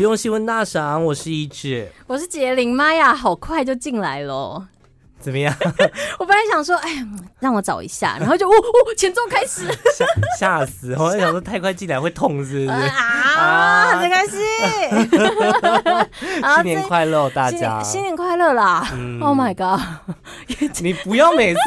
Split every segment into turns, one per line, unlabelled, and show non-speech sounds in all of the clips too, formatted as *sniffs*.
用新闻大赏，我是一志。
我是杰林，妈呀，好快就进来喽！
怎么样？
我本来想说，哎，嗯让我找
*laughs*
一下，然后就哦哦，前奏开始
吓吓死！我在想说太快进来会痛是不是？
啊，
很
开心！
*laughs* 新年快乐大
新年
家！
新年快乐啦、
嗯
o h my god！
你不要每次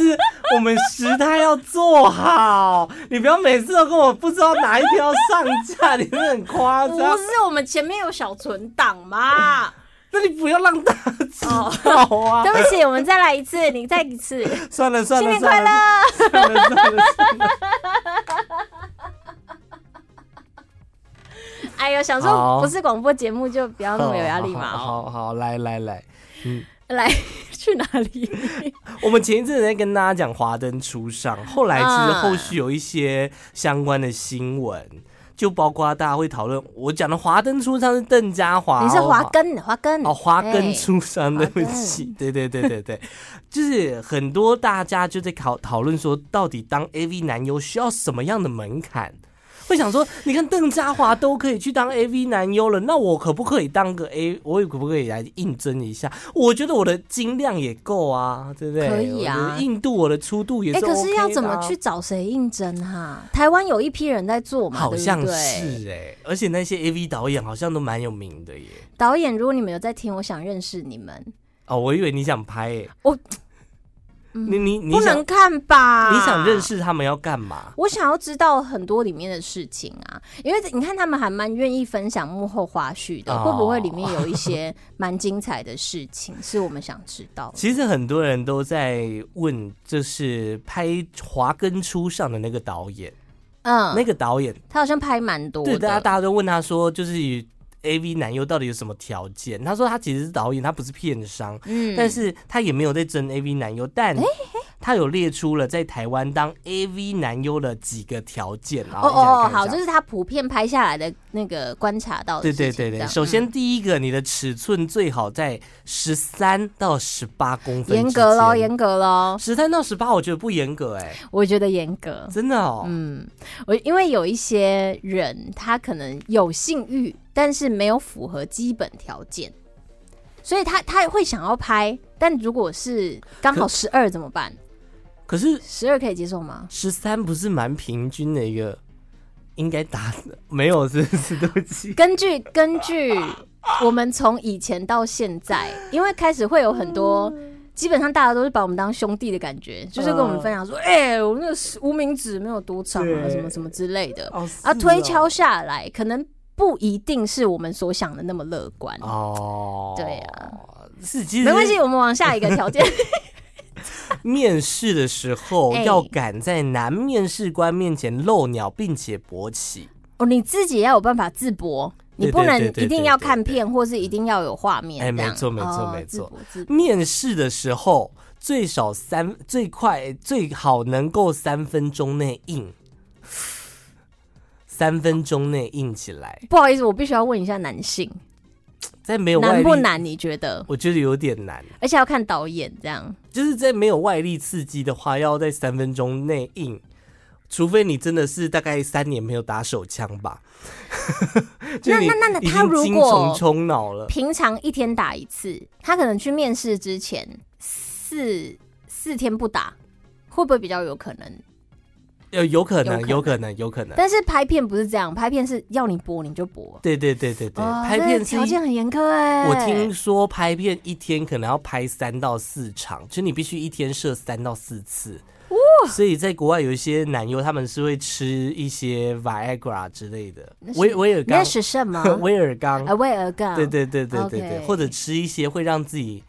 我们时态要做好，你不要每次都跟我不知道哪一天要上架，你真的很夸
不
张。
是，我们前面有小存档
*laughs*
嘛？
那你不要让大家知
哦
道啊！
对不起，我们再来一次，你再
*laughs*
一次，
算了算
新
了
年快
算
乐
了，！算了算了算了。
哎呦，想说
好
不是广播节目就不要那么有压力嘛、
好好
哦。
好好，来来来，嗯。
来， *laughs* 去哪里？
我们前一阵子在跟大家讲华灯初上，后来其实后续有一些相关的新闻，就包括大家会讨论我讲的华灯初上是邓家华，
你是华
哦
根，华根
哦，华根
哎
初上，对
华
不
灯
起，对对对对对，就是很多大家就在讨讨论说，到底当 AV 男优需要什么样的门槛？会想说，你看邓家华都可以去当 AV 男优了，那我可不可以当个 A？我也可不可以来应征一下？我觉得我的斤量也够啊，对不对？
可以啊
我的硬度我的粗度也是、
哎、
OK 的
可
啊
是要怎么去？找谁应征哈、台湾有一批人在做嘛，
好像
对不对
是哎、而且那些 AV 导演好像都蛮有名的耶。
导演，如果你们有在听，我想认识你们，
哦，我以为你想拍诶、
我
你你你
不
想
能看吧？
你想认？识他们要干嘛？
我想要知道很多里面的事情啊，因为你看他们还蛮愿意分享幕后花絮的，
哦
会不会里面有一些蛮精彩的事情是我们想知道
*laughs*
的？
其实很多人都在问，就是拍《华根初上》的那个导演，那
嗯，
个导演，
他好像拍蛮多
对大家
的，
大家都问他说，就是以 A V 男优到底有什么条件？他说他其实是导演，他不是片商，
嗯
但是他也没有在争 A V 男优，但他有列出了在台湾当 A V 男优的几个条件啊。
哦
我想
哦哦，
看一下
好，就是他普遍拍下来的那个观察到的
对
事
对
情
对
这
对，
样
首
嗯
先第一个，你的尺寸最好在十三到十八公分，
嗯严格喽，严格喽，
十三到十八，我觉得不严格哎、
我觉得严格。
真的哦。
嗯，我因为有一些人他可能有性欲，但是没有符合基本条件，所以他他会想要拍，但如果是刚好
可
十二怎么办？
可是
十二可以接受吗？
十三不是蛮平均的一个，应该打没有，是 *laughs* 是对不
*laughs*
起。
根据根据我们从以前到现在，因为开始会有很多。基本上大家都是把我们当兄弟的感觉，就是跟我们分享说，哎、我们那个无名指没有多长啊，
对
什么什么之类的。
哦，
啊，推敲下来，可能不一定是我们所想的那么乐观。
哦，
对啊，
是其实
没关系，我们往下一个条件。
面试的时候
哎
要敢在男面试官面前露鸟，并且勃起。
哦，你自己要有办法自博，你
对
不
对
能
对对
一定
对
要
对
看
对
片，或是一定要有画面
哎
这
没
样。
错没错
哦
没错
自博自博
面试的时候最少三，最快最好能够三分钟内硬，三分钟内硬起来，
不好意思，我必须要问一下男性，
在没有外
难
力
不难？你觉得？
我觉得有点难，
而且要看导演这样。
就是在没有外力刺激的话，要在三分钟内硬，除非你真的是大概三年没有打手枪吧。 *laughs* 就你
那那那
已
他
经
如
精
果
虫充脑了，
平常一天打一次，他可能去面试之前四四天不打，会不会比较有可能？
呃，有可
有可
能，
能
有可能，有可能。
但是拍片不是这样，拍片是要你播你就播。
对对对对对，
哦
拍
这
片
个
是
条
一
件很严苛哎、
我听说拍片一天可能要拍三到四场，就你必须一天射三到四次。所以在国外有一些男优，他们是会吃一些 Viagra 之类的，
那是
威威尔
那
刚，
是什么？
*laughs*
*laughs*
威尔刚
啊，，威尔刚，
对对对对对对，
OK
或者吃一些会让自己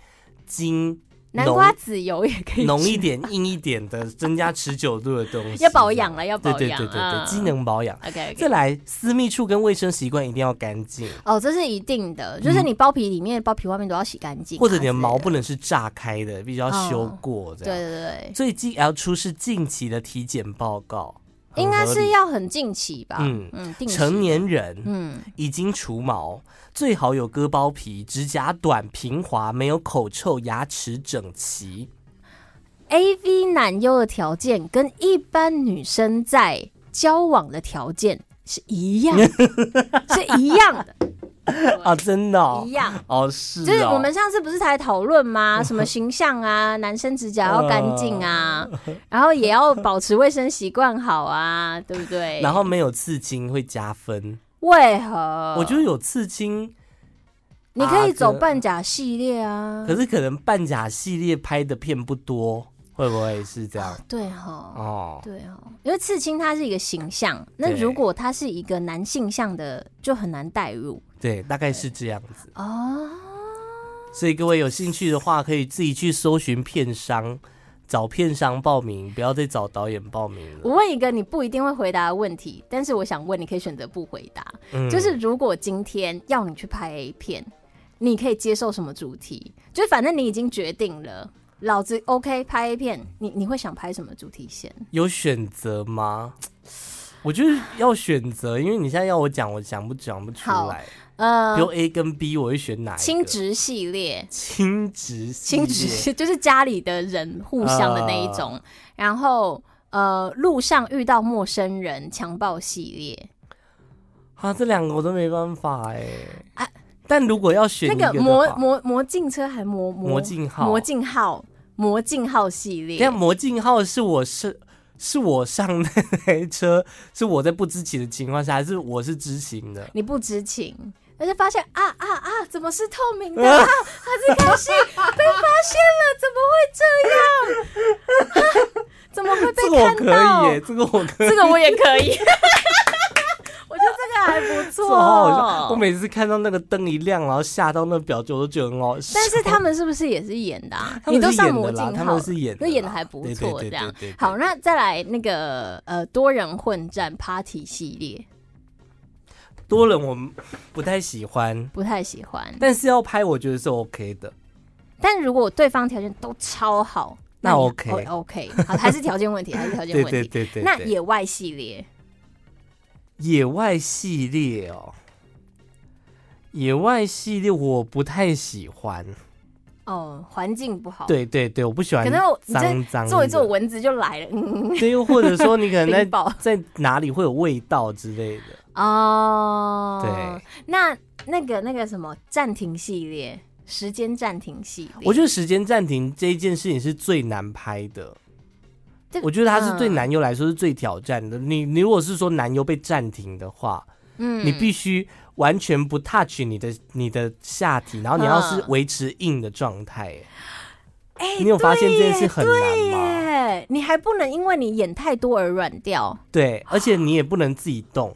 精
南
浓
瓜籽油也可以
浓
吃
一点、硬一点的，增加持久度的东西，
要保养了要保养
对对对对
嗯
对，机能保养。
OK，, o
*laughs* 再
k
来，私密处跟卫生习惯一定要干净，
哦，这是一定的，就是你包皮里面、包皮外面都要洗干净啊之类，
嗯或者你的毛不能是炸开的，必须要修
哦
过这
对
样。
对对
最近要出示近期的体检报告，
对，
很
应该
合
是
理
要很近期吧，嗯
嗯
嗯，定期
成，年人
嗯，
已经除毛，最好有割包皮，指甲短平滑，没有口臭，牙齿整齐。
A V 男优的条件跟一般女
*laughs*
生在交往的条件是一样的，是一样的。
啊，真的哦
一，样。
哦是哦，
就是我们上次不是才讨
*laughs*
论吗？什么形象啊，男生指甲要干净啊，然后也要保持卫生习惯好啊，对不对？
然后没有刺青会加分，
为何？
我觉得有刺青，
你可以走
啊可
半甲系列啊。
可是可能半甲系列拍的片不多，会不会是这样？
对哈，
哦，
对哈，因为刺青它是一个形象，那
对
如果它是一个男性向的，就很难代入
对，大概是这样子。
哦。
所以各位有兴趣的话，可以自己去搜寻片商，找片商报名，不要再找导演报名了。
我问一个你不一定会回答的问题，但是我想问，你可以选择不回答。
嗯
就是如果今天要你去拍 A 片，你可以接受什么主题？就反正你已经决定了，老子 OK 拍 A 片，你你会想拍什么主题线？
有选择吗？ *sniffs* 我觉得要选择，因为你现在要我讲，我讲不讲不出
好
来。
呃
比如，A 跟 B，我会选哪一个？
亲职系列，
亲职系
亲
列，啊
职 *laughs* 就是家里的人互相的那一种，然后。呃，路上遇到陌生人强暴系列，
啊，这两个我都没办法哎、
啊
但如果要选
那
一个
个
的
魔
话
魔魔镜车还魔
魔镜号
魔镜号魔镜号系列，
但魔镜号是我是是我上那台车，是我在不知情的情况下，还是我是知情的？
你不知情，但是发现啊啊啊，怎么是透
*laughs*
明的啊？还是开心被发现了，怎么会这样？啊怎么会
这
被
个我
看
可
到？
以耶、这个我可
*laughs*
以，
这个我也可
*laughs*
以，我觉得这个还不
这
错。
个好好
哦
笑。我每次看到那个灯一亮，然后吓到那表情，我都觉得很哦好笑。
但是他们是不是也是演的、啊？
他
你
们
都
是
上
演
魔
的
镜
啦，他
号
们，是演的啦，
那演的还不
对
错，
对
这样
对对对对
好。那再来那个呃多人混战 party 系列，
多人我们不太喜欢，
不太喜欢。
但是要拍我觉得是 OK 的。
但如果对方条件都超好，
那
你
OK
O- OK，好，还是条件问题，还是条
*laughs*
件
对
问
对
题。
对对，
那
对
野外系列，
野外系列哦，野外系列我不太喜欢。
哦，环境不好，，
对对对，我不喜欢
可能我你这
脏脏的
做一做蚊子就来了，嗯，
对，又或者说你可能
*laughs* 冰
在
雹
在哪里会有味道之类的。
哦。
对，
那那个那个什么暂停系列，时间暂停系列，
我觉得时间暂停这一件事情是最难拍的
这。
我觉得它是对
嗯
男优来说是最挑战的。你你如果是说男优被暂停的话，
嗯
你必须完全不 touch 你的你的下体，然后你要是
嗯
维持硬的状态。哎
哎
你有发现这件事很难
对
吗？
耶，你还不能因为你演太多而软掉
对，而且你也不能自己动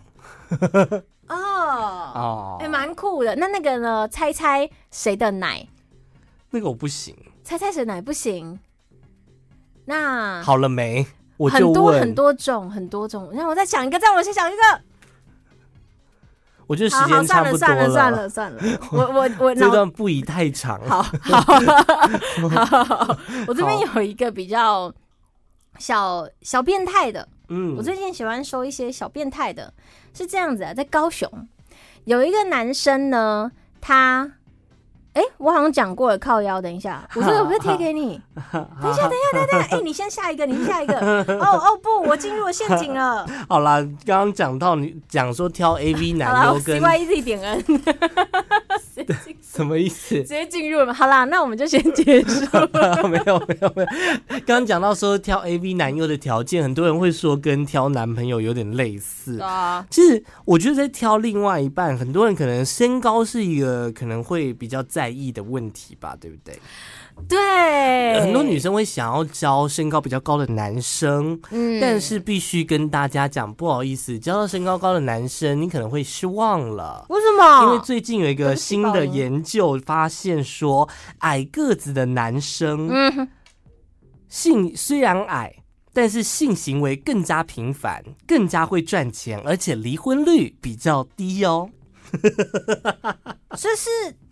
哦。
哦
哎，蛮酷的。那那个呢？猜猜谁的奶？
那个我不行。
猜猜谁奶不行？那
好了没？我
很
就
多
问
很，多种，很多种。让我再想一个，再我先想一个。
我觉得时
好好，
间
算
差不
了
多
算了算了算了，
*laughs*
我我我
这
脑
段不宜太长。
好好
*laughs*
好， *laughs* 我这边有一个比较小小变态的，
嗯
我最近喜欢收一些小变态的，是这样子啊，在高雄有一个男生呢，他。哎、我好像讲过了，靠腰。等一下，我这个不是贴给你。等一下，等一下，等
*laughs*
一下。哎、你先下一个，你先下一个。哦哦不，我进入了陷阱了。
好啦，刚刚讲到你讲说挑 A V
*laughs* 好
男
啦
优跟 *laughs*
CYZ 点 N，
什么意思
直？接进入了。好啦，那我们就先结束。
*laughs* 没有没有没有，刚刚讲到说挑 A V 男优的条件，很多人会说跟挑男朋友有点类似。
啊，
其实我觉得在挑另外一半，很多人可能身高是一个可能会比较在意的问题吧，对不对？
对，
很多女，生会想要交身高比较高的男生，
嗯
但是必须跟大家讲，不好意思，交到身高高的男生，你可能会失望了。
为什么？
因为最近有一
哦对
个
不起
新
暴
的
音
研究发现说，矮个子的男生
嗯哼
性虽然矮，但是性行为更加频繁，更加会赚钱，而且离婚率比较低哦。
这是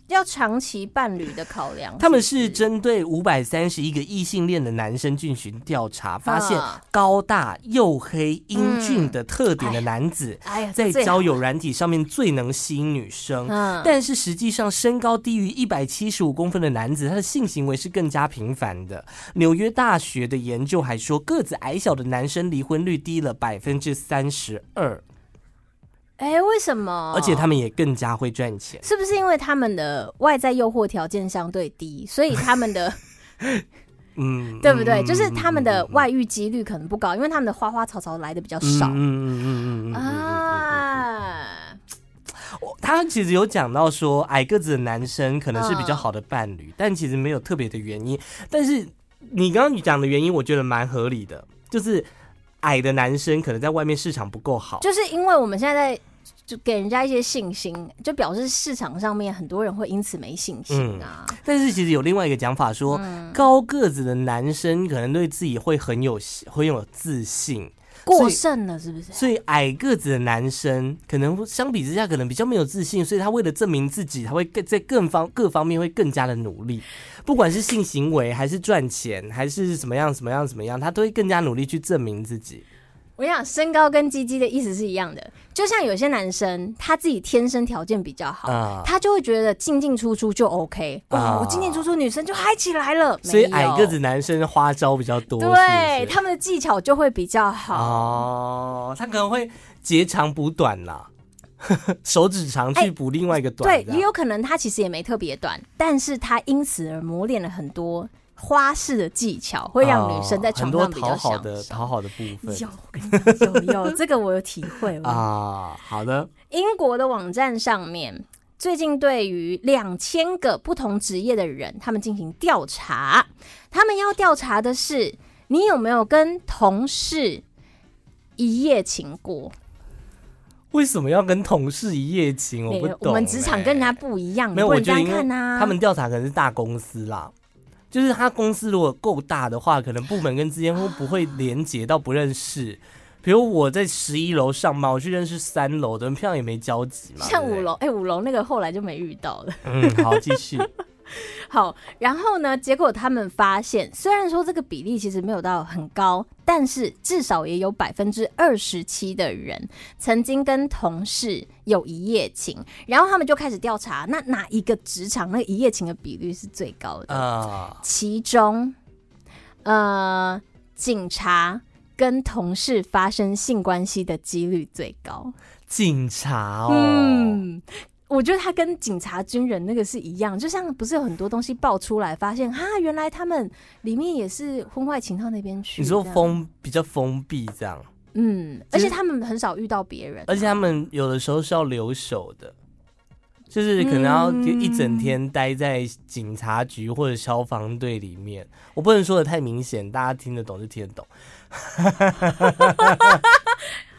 要长期伴侣的考量。
他们是
是不是
针对五百三十一个异性恋的男生进行调查，发现
啊
高大、黝黑、英俊的特点的
哎
男子，
哎呀，
在
这最
交友软体上面最能吸引女生。
嗯，
但是实际上，身高低于一百七十五公分的男子，他的性行为是更加频繁的。纽约大学的研究还说，个子矮小的男生离婚率低了百分之三十二。
哎、为什么？
而且他们也更加会赚钱。
是不是因为他们的外在诱惑条件相对低，所以他们
*laughs*
的
嗯，
对不对？
嗯
就是他们的外遇几率可能不高，因为他们的花花草草来的比较少
嗯嗯嗯嗯嗯嗯嗯嗯嗯嗯嗯
啊。
我他其实有讲到说，矮个子的男生可能是比较好的伴
嗯
侣，但其实没有特别的原因。但是你刚刚你讲的原因，我觉得蛮合理的，就是矮的男生可能在外面市场不够好。
就是因为我们现在在就给人家一些信心，就表示市场上面很多人会因此没信心啊。
但是其实有另外一个讲法
嗯
说，高个子的男生可能对自己会很有很有自信，
过剩了是不是？
所以矮个子的男生可能相比之下可能比较没有自信，所以他为了证明自己，他会更在更方各方面会更加的努力，不管是性行为还是赚钱还是怎么样怎么样怎么样，他都会更加努力去证明自己。
我想身高跟鸡鸡的意思是一样的，就像有些男生他自己天生条件比较好，
啊
他就会觉得进进出出就 OK，、
啊
哇，我进进出出女生就嗨起来了，
所以
没
矮
有
个子男生花招比较多，是
对
不是
他们的技巧就会比较好。
哦，他可能会截长补短啦， *laughs* 手指长去补另外一个短、
哎对，
这
也
样
有可能他其实也没特别短，但是他因此而磨练了很多花式的技巧，会让女生在
哦很
床
多
上比较
讨好
享
的
受。
讨好的部分
有，我跟你讲，有有，这个我有体会。
*laughs*
啊、
啊。好的，
英国的网站上面最近对于两千个不同职业的人，他们进行调查，他们要调查的是你有没有跟同事一夜情过。
为什么要跟同事一夜情？我
每
不
个
懂、
我们职场跟人家
欸
不一样，
没有，
你不
我
能这
觉得
样
因为
看啊呐、
他们调查可能是大公司啦，就是他公司如果够大的话，可能部门跟之间会不会连结到不认识。比如我在十一楼上班，我去认识三楼的人，平常也没交集嘛。
像
对不对
五楼，，哎、五楼那个后来就没遇到了。 *laughs*
嗯，好，继续。 *laughs*
好，然后呢，结果他们发现，虽然说这个比例其实没有到很高，但是至少也有百分之二十七的人曾经跟同事有一夜情，然后他们就开始调查，那哪一个职场那一夜情的比率是最高的？
啊、
其中，呃，警察跟同事发生性关系的几率最高。
警察哦，
嗯，我觉得他跟警察、军人那个是一样，就像不是有很多东西爆出来，发现哈，原来他们里面也是婚外情到那边去。
你说
这样？
封比较封闭这样，
嗯，
其
而
实
且他们很少遇到别人，
而且他们有的时候是要留守的，就是可能要
嗯
一整天待在警察局或者消防队里面。我不能说的太明显，大家听得懂就听得懂。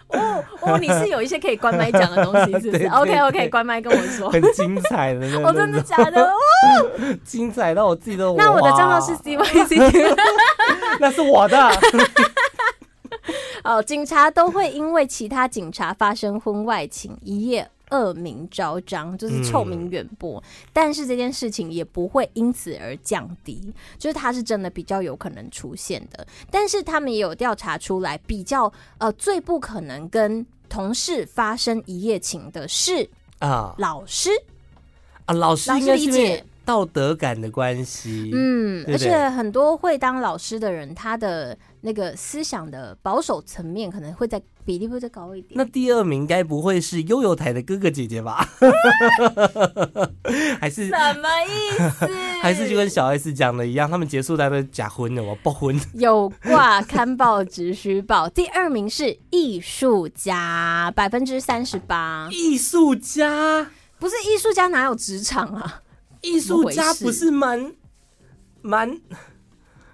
哦哦，你是有一些可以关麦讲的东西，是
*laughs* 对
不是
对
？OK
对
OK，关麦跟我
*laughs*
说。
很精彩的那种，
*laughs* 哦，真的假的？哦
精彩到我自己都
那我的账号是
哇
C Y C。
那是
*laughs*
我的，
哦，警察都会因为其他警察发生婚外情，一夜恶名昭彰，就是臭名远播。但是这件事情也不会因此而降低，就是它是真的比较有可能出现的。但是他们也有调查出来，比较呃最不可能跟同事发生一夜情的是
啊
老师，
啊！老师
老师
应该
理
是因为
解
道德感的关系，
嗯，
对
而
不对
且很多会当老师的人，他的那个思想的保守层面可能会在比例会再高一点。
那第二名该不会是悠悠台的哥哥姐姐
*laughs*
吧？还是？
什么意思
*laughs* 还是就跟小 S 讲的一样，他们结束在那假婚的，我爆婚。
有挂刊报只需报，第二名是艺术家，百分之三十八。
艺术家，
不是艺术家哪有职场
*laughs*
啊？
艺
怎么
术
回
家
事
不是蛮蛮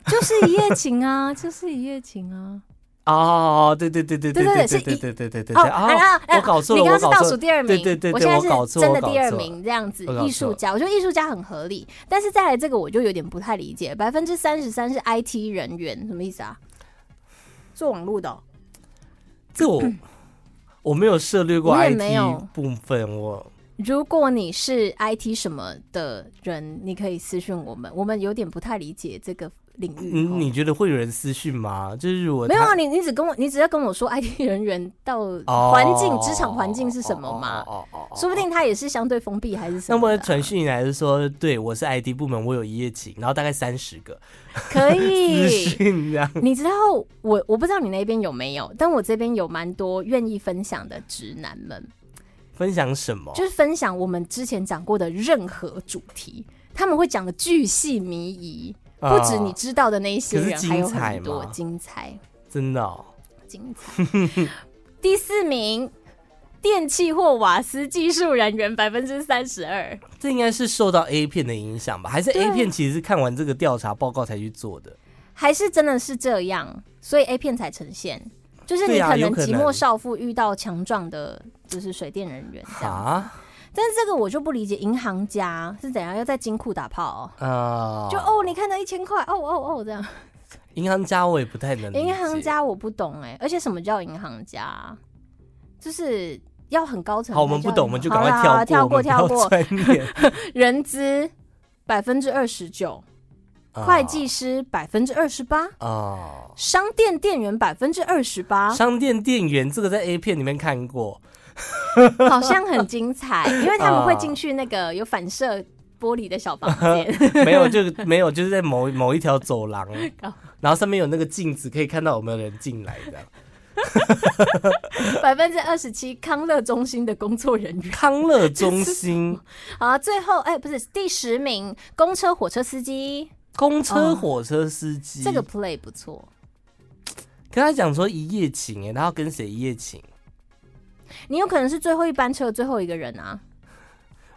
就是一夜情啊， *laughs* 就是一夜情啊。
哦，对对对对对对对
对对对是
对对对对
哦，
对，
啊
哦
啊，
我搞错了，
你
我
刚刚是
搞
倒
错
数
了。
第二名，
对对对对
我现在
我搞
是
错了
真的
我搞
第二
错了
名这样子
我搞错。了
艺术家，我觉得艺术家很合理，但是再来这个我就有点不太理解，百分之三十三是 IT 人员，什么意思啊？做网络的哦、
这我我没有涉略过
我也
IT
没有
部分，我
如果你是 IT 什么的人，你可以私讯我们，我们有点不太理解这个领域
你
哦。
你觉得会有人私讯吗？就是我
没有啊，你你只跟我，你只要跟我说 IT 人员到
哦
环境、职场环境是什么嘛？
哦哦哦哦
说不定他也是相对封闭还是什
那
么的
么
啊、
传讯来是说，对我是 IT 部门，我有一夜情，然后大概三十个
可
私 *laughs*
以。
讯这样。
你知道我我不知道你那边有没有，但我这边有蛮多愿意分享的直男们，
分享什么？
就是分享我们之前讲过的任何主题，他们会讲的巨细靡遗，不止你
啊
知道的那一些
可是
人，
精
还有
彩
很多
吗
精彩，
真的哦，
精彩。第四名，电器或瓦斯技术人员百分之三十二，
这应该是受到 A 片的影响吧？还是
对啊
A 片其实是看完这个调查报告才去做的？
还是真的是这样，所以 A 片才呈现。就是你
对啊
可
有
能
可
寂
能
寞少妇遇到强壮的，就是水电人员这样。
啊，
但是这个我就不理解，银行家是怎样要在金库打炮哦、
呃，
就哦，你看到一千块，哦哦哦，这样。
银行家我也不太能理解
银行家我不懂哎、而且什么叫银行家啊？就是要很高层。
好，我们不懂，我们就赶
好啦好
快
啦
跳
跳过，跳
过，
过。
专业。 *laughs*
人资百分之二十九，
啊
*laughs* 会计师百分之二十八，
哦，
商店店员百分之二十八，
商店店员这个在 A 片里面看过，
*laughs*
*laughs*
好像很精彩，因为他们会进去那个有反射玻璃的小房间。
没有就没有，就是在某某一条走廊
*laughs* 搞，
然后上面有那个镜子，可以看到有没有人进来的。
*laughs* 百分之二十七，康乐中心的工作人员。
康乐中心、
好啊，最后哎、不是第十名，公车火车司机，
公车、火车司机，
嗯这个 play 不错。
跟他讲说一夜情哎、他要跟谁一夜情？
你有可能是最后一班车的最后一个人
*laughs*
啊！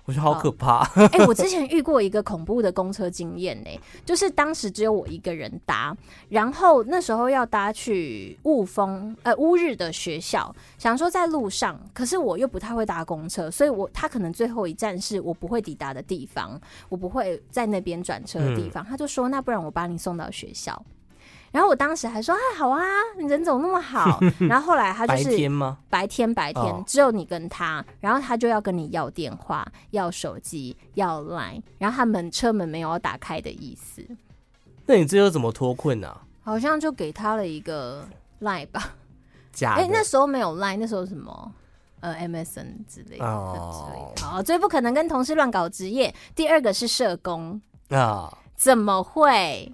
我觉得好可怕，
哎、我之前遇过一个恐怖的公车经验呢、就是当时只有我一个人搭，然后那时候要搭去雾峰呃乌日的学校，想说在路上，可是我又不太会搭公车，所以我他可能最后一站是我不会抵达的地方，我不会在那边转车的
嗯
地方，他就说那不然我把你送到学校。然后我当时还说啊好啊，你人怎么那么好？
*laughs*
然后后来他就
白
是
天吗？
白天白天、
哦
只有你跟他，然后他就要跟你要电话、要手机、要 Line，然后他门车门没有要打开的意思，
那你最后怎么脱困啊？
好像就给他了一个 Line 吧。
假的，
哎、那时候没有 Line，那时候什么呃 MSN 之类的。
哦
之类的好，最不可能跟同事乱搞职业。第二个是社工，
啊，
怎么会？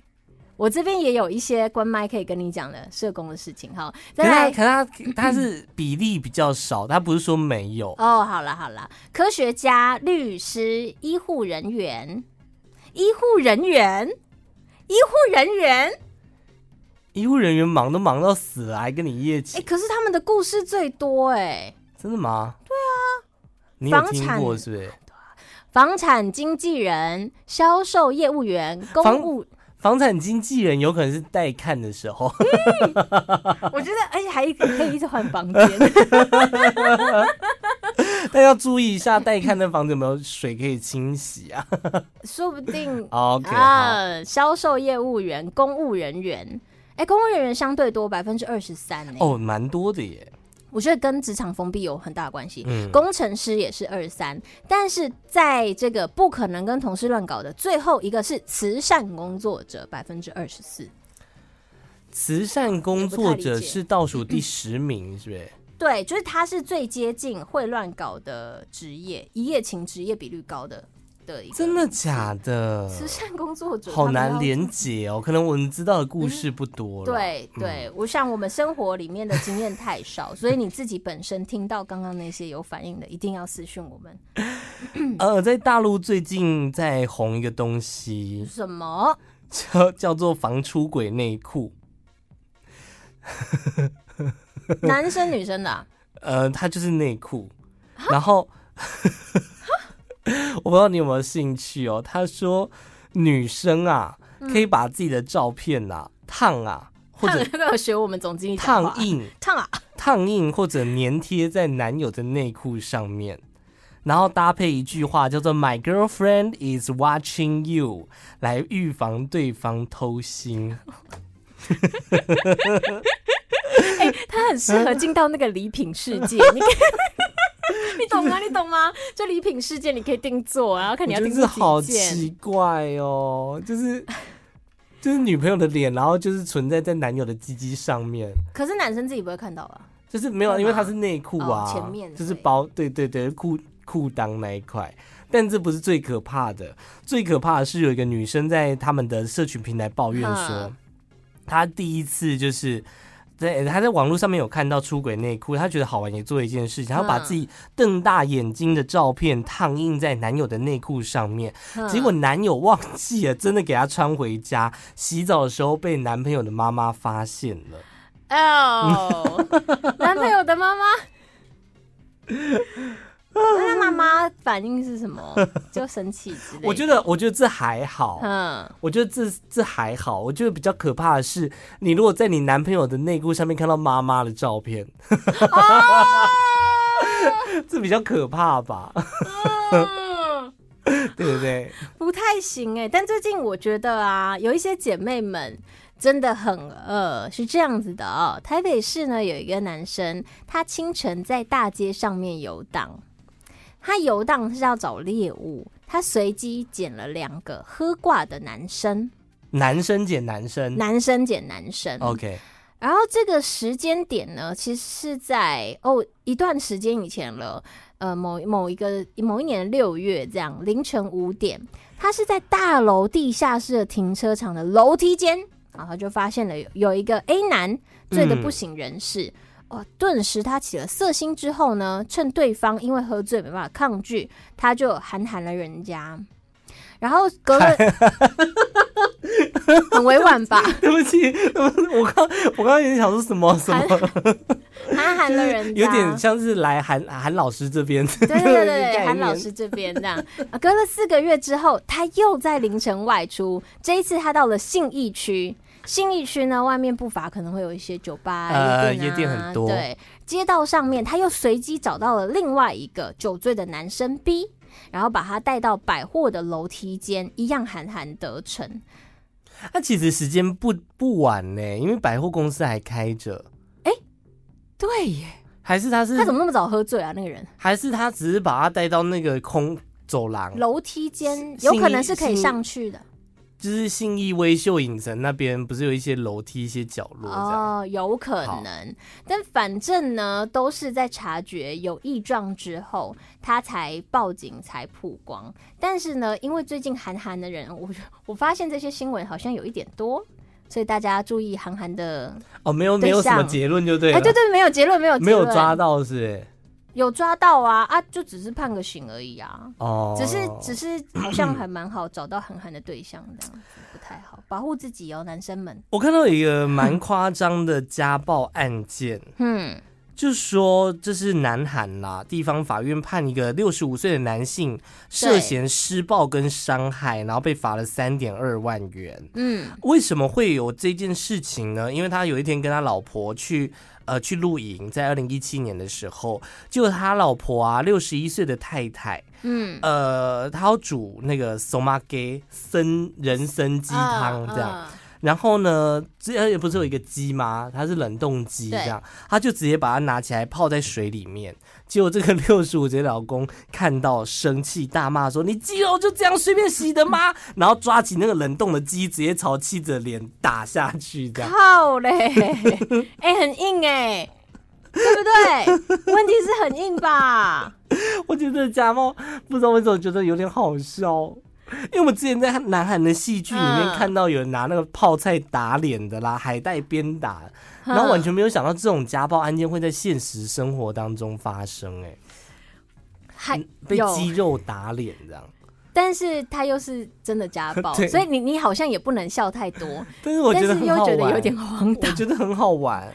我这边也有一些关麦可以跟你讲的社工的事情。好，
可
再
是
来
他可是他他是比例比较少，他不是说没有，
哦，好了好了，科学家、律师、医护人员、医护人员、医护人员，
医护人员忙都忙到死了，还跟你一夜
哎、
情，
可是他们的故事最多哎、
真的吗？对啊，你有
房
听
产
过是不是？
房产经纪人、销售业务员、公
房 *laughs*
务，
房产经纪人有可能是带看的时候， *laughs*
我觉得，而且还一直可以一直换房间。
*laughs* 但要注意一下带看的房子有没有水可以清洗啊。
说不定
OK，好
啊，销售业务员、公务人员，哎、公务人员相对多百分之二十三呢。
哦，蛮多的耶。
我觉得跟职场封闭有很大的关系。
嗯，
工程师也是二三，但是在这个不可能跟同事乱搞的最后一个是慈善工作者百分之二十四，
慈善工作
我不太
者
理解嗯
是倒数第十名，是不是？
对，就是他是最接近会乱搞的职业，一夜情职业比率高的的一个
真的假的？
慈善工作者，
好
他们
难
要
连结哦，可能我们知道的故事不多了。嗯
对对，我想我们生活里面的经验太少，所以你自己本身听到刚刚那些有反应的，一定要私讯我们。
呃，在大陆最近在红一个东西，
什么？
叫叫做防出轨内裤。
男生女生的啊、
呃，它就是内裤，然后 *laughs* 我不知道你有没有兴趣哦。他说，女生啊，可以把自己的照片啊烫啊，或
烫
者
要不要学我们总经理讲话
烫印、
烫啊？
烫印或者粘贴在男友的内裤上面，然后搭配一句话叫做 “My girlfriend is watching you” 来预防对方偷腥。
他很适合进到那个礼品世界，
嗯
你可以 *laughs* 你懂吗？你懂吗？就礼品世界，你可以定做，然后看
我
你要
觉得
定
这
做
好
几件
奇。怪哦，就是就是女朋友的脸，然后就是存在在男友的鸡鸡上面。
可是男生自己不会看到啊。
就是没有，
干嘛
因为它是内裤啊，
哦前面
就是
对
包，对对对，裤裤裆那一块。但这不是最可怕的，最可怕的是有一个女生在他们的社群平台抱怨说
嗯，
她第一次就是对，他在网络上面有看到出轨内裤，他觉得好玩，也做一件事
嗯
情，他把自己瞪大眼睛的照片烫印在男友的内裤上面，
嗯
结果男友忘记了，真的给他穿回家，洗澡的时候被男朋友的妈妈发现了。 *laughs*
哦，男朋友的妈妈，那他妈妈反应是什么？就生气之类的。
我觉得，我觉得这还好，
嗯，
我觉得这这还好。我觉得比较可怕的是，你如果在你男朋友的内裤上面看到妈妈的照片， *laughs* 这比较可怕吧？
嗯
对不对？
不太行哎、但最近我觉得啊，有一些姐妹们真的很饿，是这样子的哦。台北市呢有一个男生，他清晨在大街上面游荡，他游荡是要找猎物，他随机捡了两个喝挂的男生，
男生捡男生
男生捡男生。
，OK，
然后这个时间点呢，其实是在哦一段时间以前了，呃某某一个某一年六月这样凌晨五点，他是在大楼地下室的停车场的楼梯间，然后就发现了有有一个 A 男醉得不省人事。哦，顿时他起了色心之后呢，趁对方因为喝醉没办法抗拒，他就喊喊了人家，然后隔了 *laughs* 很委婉吧，
对不起，对不起我刚我刚刚有点想说什么什
喊
么，
喊喊了人家，
有 *laughs* 点像是来韩韩老师这边，对
对对对对，韩老，师这边这样。啊隔了四个月之后，他又在凌晨外出，这一次他到了信义区。信义区呢，外面不乏可能会有一些酒吧、
呃夜
夜店
店
啊，
很多
对，街道上面他又随机找到了另外一个酒醉的男生 B，然后把他带到百货的楼梯间，一样韩寒得逞。
那其实时间不不晚呢，因为百货公司还开着，
对耶，
还是他是
他怎么那么早喝醉啊？那个人
还是他只是把他带到那个空走廊，
楼梯间
信
有
义
可能是可以
信义
上去的
就是信义微秀影城那边不是有一些楼梯、一些角落这样。
哦，有可
好
能，但反正呢，都是在察觉有异状之后，他才报警才曝光。但是呢，因为最近韩寒的人，我我发现这些新闻好像有一点多，所以大家注意韩寒的。
哦，没有
对
没有什么
像
结论就对
哎、
了，
对对，没有结论，没有结
没有
论
抓，到是不是
有抓到啊啊，就只是判个刑而已啊。
哦，
只是只是好像还蛮好找到韩寒的对象，这样子不太好，保护自己哦，男生们。
我看到有一个蛮夸张的家暴案件，
嗯，
就说这是南韩啦，地方法院判一个六十五岁的男性涉嫌施暴跟伤害，然后被罚了三点二万元。
嗯，
为什么会有这件事情呢？因为他有一天跟他老婆去呃去露营，在二零一七年的时候，就他老婆啊六十一岁的太太，
嗯，
呃，她要煮那个 somage 参人参鸡汤这样。
啊啊
然后呢，之呃不是有一个鸡吗？它是冷冻鸡这样，他就直接把它拿起来泡在水里面。结果这个 *laughs* 六十五岁老公看到生气大骂说：“你鸡肉就这样随便洗的吗？”然后抓起那个冷冻的鸡，直接朝妻子的脸打下去，这样。
靠嘞， *laughs* 哎、很硬哎、对
*laughs*
不对？问题是很硬吧？
我觉得家猫不知道为什么觉得有点好笑，因为我们之前在南韩的戏剧里面
嗯
看到有人拿那个泡菜打脸的啦，海带鞭打，
嗯
然后完全没有想到这种家暴案件会在现实生活当中发生、欸，嗯
还
被
哎有，
肌肉打脸这
*laughs*
样。
但是他又是真的家暴，
对
所以你你好像也不能笑太多，
但 *laughs* 是我觉得
但是
很
又
好
觉得
玩，
有点荒
我
唐。
觉得很好玩，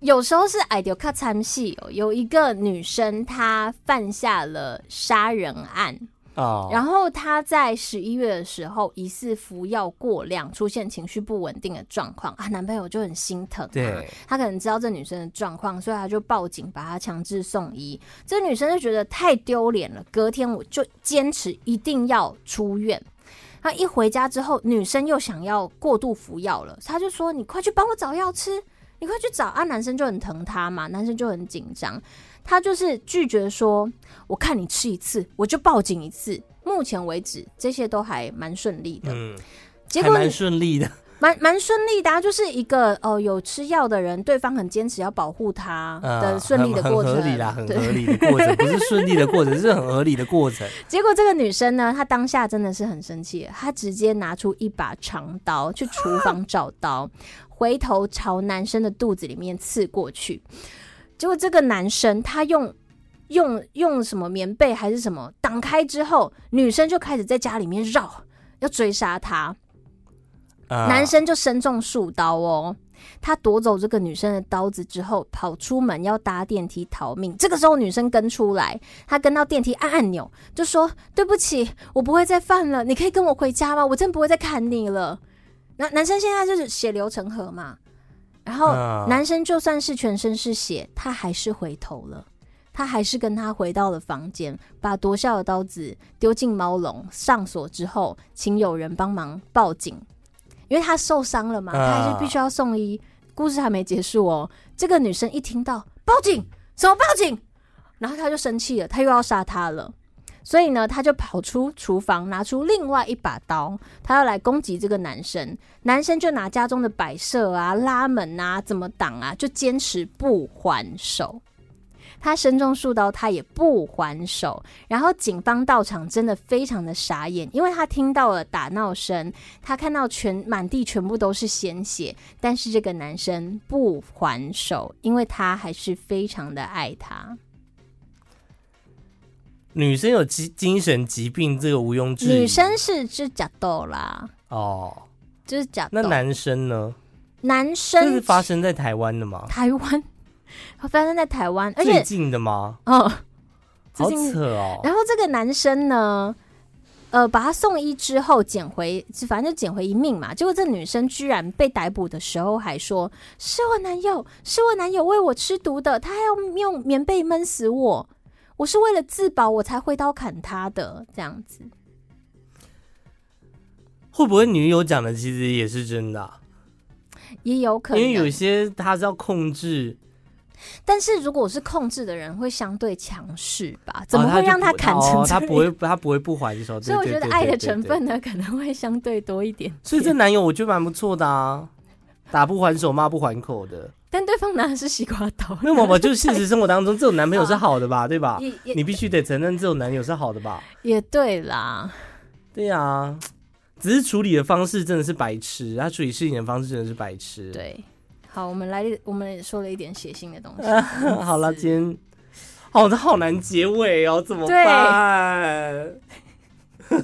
有时候是矮丢看参戏哦，有一个女生她犯下了杀人案，
哦，
然后她在十一月的时候疑似服药过量，出现情绪不稳定的状况啊，男朋友就很心疼、啊，
对，
他可能知道这女生的状况，所以他就报警，把她强制送医。这女生就觉得太丢脸了，隔天我就坚持一定要出院。她一回家之后，女生又想要过度服药了，她就说：“你快去帮我找药吃，你快去找啊！”男生就很疼她嘛，男生就很紧张，他就是拒绝说：“我看你吃一次，我就报警一次。”目前为止，这些都还蛮顺利的。
嗯，
结
还
果
蛮顺利的，
蛮蛮顺利的、啊，就是一个哦、呃有吃药的人，对方很坚持要保护他的
嗯
顺利的
很
过程，
很合理啦，很
对
合理的过程，不是顺利的过程，是很合理的过程。
*laughs* 结果这个女生呢，她当下真的是很生气，她直接拿出一把长刀去厨房找刀，回头朝男生的肚子里面刺过去。结果这个男生他用用用什么棉被还是什么挡开之后，女生就开始在家里面绕，要追杀他。
啊
男生就身中数刀哦。他夺走这个女生的刀子之后，跑出门要搭电梯逃命。这个时候，女生跟出来，她跟到电梯啊按按钮，就说：“对不起，我不会再犯了，你可以跟我回家吗？我真不会再砍你了。”男男生现在就是血流成河嘛，然后
啊
男生就算是全身是血，他还是回头了，他还是跟他回到了房间，把夺下的刀子丢进猫笼，上锁之后，请有人帮忙报警，因为他受伤了嘛，
啊
他还是必须要送医。故事还没结束哦，这个女生一听到报警，怎么报警？然后她就生气了，她又要杀他了。所以呢，她就跑出厨房，拿出另外一把刀，她要来攻击这个男生。男生就拿家中的摆设啊、拉门啊、怎么挡啊，就坚持不还手。他身中数刀，他也不还手。然后警方到场真的非常的傻眼，因为他听到了打闹声，他看到全满地全部都是鲜血，但是这个男生不还手，因为他还是非常的爱他。
女生有精精神疾病，这个毋庸置疑。
女生是是假斗啦，
哦，
就是假斗。
那男生呢？
男
这
生
是发生在台湾的吗？
台湾，发生在台湾，而
最
且
近的吗？
哦，最
好
近
扯哦。
然后这个男生呢，呃，把他送医之后捡回，反正就捡回一命嘛。结果这女生居然被逮捕的时候还说：“是我男友，是我男友喂我吃毒的，他还要用棉被闷死我，我是为了自保我才挥刀砍他的。”这样子，
会不会女友讲的其实也是真的啊、
也有可
因为有
能。
些哦他是要控制，
但是如果是控制的人，会相对强势吧？怎
哦
么会
就
让他
不
砍
哦
成
他
这
不会，
样？
他不会不还手。
*laughs* 所以我
对
觉得爱的成。分呢，可能会相对多一点。
对对对对所以这男友我觉得蛮不错的啊，打不还手，骂不还口的。
但对方拿的是西瓜刀，
那么吧，就是现实生活当中，这种男朋友是好的吧，对吧？
*laughs* 也也
你必须得承认这种男友是好的吧？
也对啦。
对啊，只是处理的方式真的是白痴，他处理事情的方式真的是白痴。，
对，好，我们来，我们也说了一点血腥的东西。
*laughs* 好了，今天，哦，这好难结尾哦，怎么
对
办？ *laughs*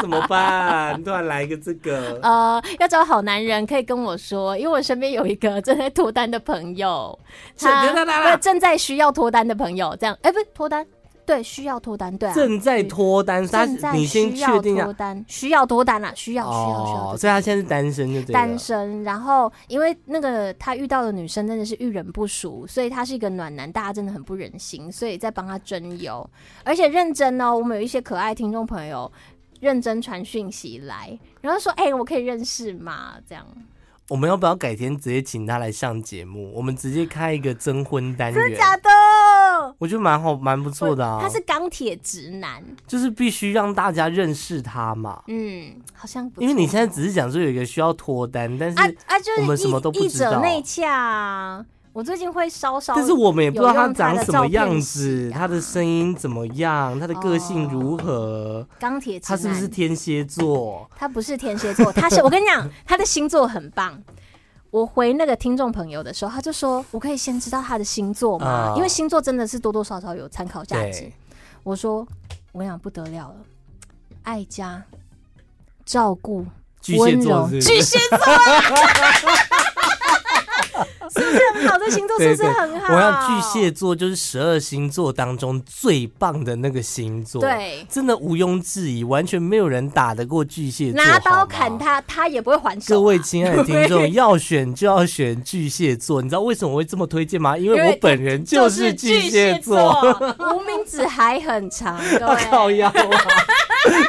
怎么办？突然来一个这个，
呃，要找好男人可以跟我说，因为我身边有一个正在脱单的朋友，
正
他
等等等
不是正在需要脱单的朋友，这样，哎、不是脱单，对，需要脱单，对啊，
正在脱单，他
正在
你先
需要
确定
脱
啊，
单，需要脱单啊，需要需要需要
哦，所以他现在是单身就对了
单。身，然后因为那个他遇到的女生真的是遇人不淑，所以他是一个暖男，大家真的很不忍心，所以在帮他征友，而且认真哦，我们有一些可爱听众朋友认真传讯息来，然后说：“哎、我可以认识吗？”这样
我们要不要改天直接请他来上节目？我们直接开一个征婚单元，
假的，
我觉得蛮好，蛮不错的啊。
他是钢铁直男，
就是必须让大家认识他嘛。
嗯，好像不
因为你
错
现在只是讲说有一个需要脱单，但是、
啊啊，就是
我们
一
什么都不
一
知
者
道
内洽啊，我最近会稍稍，
但是我们也不知道他长什么样
有用
子，
他
他
的照
的
片洗啊
声音怎么样，他的个性如何，
钢铁直
他
男
是不是天蝎座？
他不是天蝎座，他是我 *laughs* 跟你讲，他的星座很棒。我回那个听众朋友的时候，他就说：“我可以先知道他的星座吗？
啊
因为星座真的是多多少少有参考价值
对。”
我说：“我跟你讲，不得了了，爱家、照顾、
巨
温
蟹座
柔，
是不是
巨蟹座、啊， *laughs* 是不是很好？这星座是
对
不是
对，
很好？
我要巨蟹座就是十二星座当中最棒的那个星座，，
对，
真的毋庸置疑，完全没有人打得过巨蟹座。
拿
好
刀
吗
砍他，他也不会还手啊、
各位亲爱的听 *laughs*
对
众，要选就要选巨蟹座，你知道为什么我会这么推荐吗？因为我本人就是巨蟹 *laughs* 座，，
无名指还很
*laughs*
长，各
靠
位。
腰啊！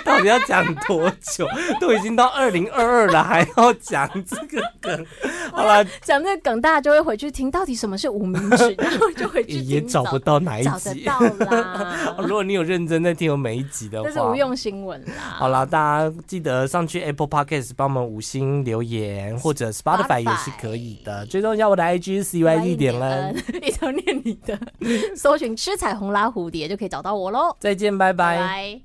到底要讲多久？都已经到二 *laughs* 零二二了，还要讲这个梗？好了，
讲这个梗，大家就会回去听，到底什么是无名
*laughs*
指，然后就回去
也
听
找不到哪一
找得
集。
到
*laughs*
啦
哦，如果你有认真在听我啊每一集的话，
这是无用新闻啦。
好啦，大家记得上去 Apple Podcast 帮我们五星留言，或者 Spotify 也是可以的。追踪一下我的 IG CYE E 点了，
嗯，
*laughs*
一条念你的，搜寻“吃彩虹拉蝴蝶”就可以找到我喽。
再见，拜拜。
拜。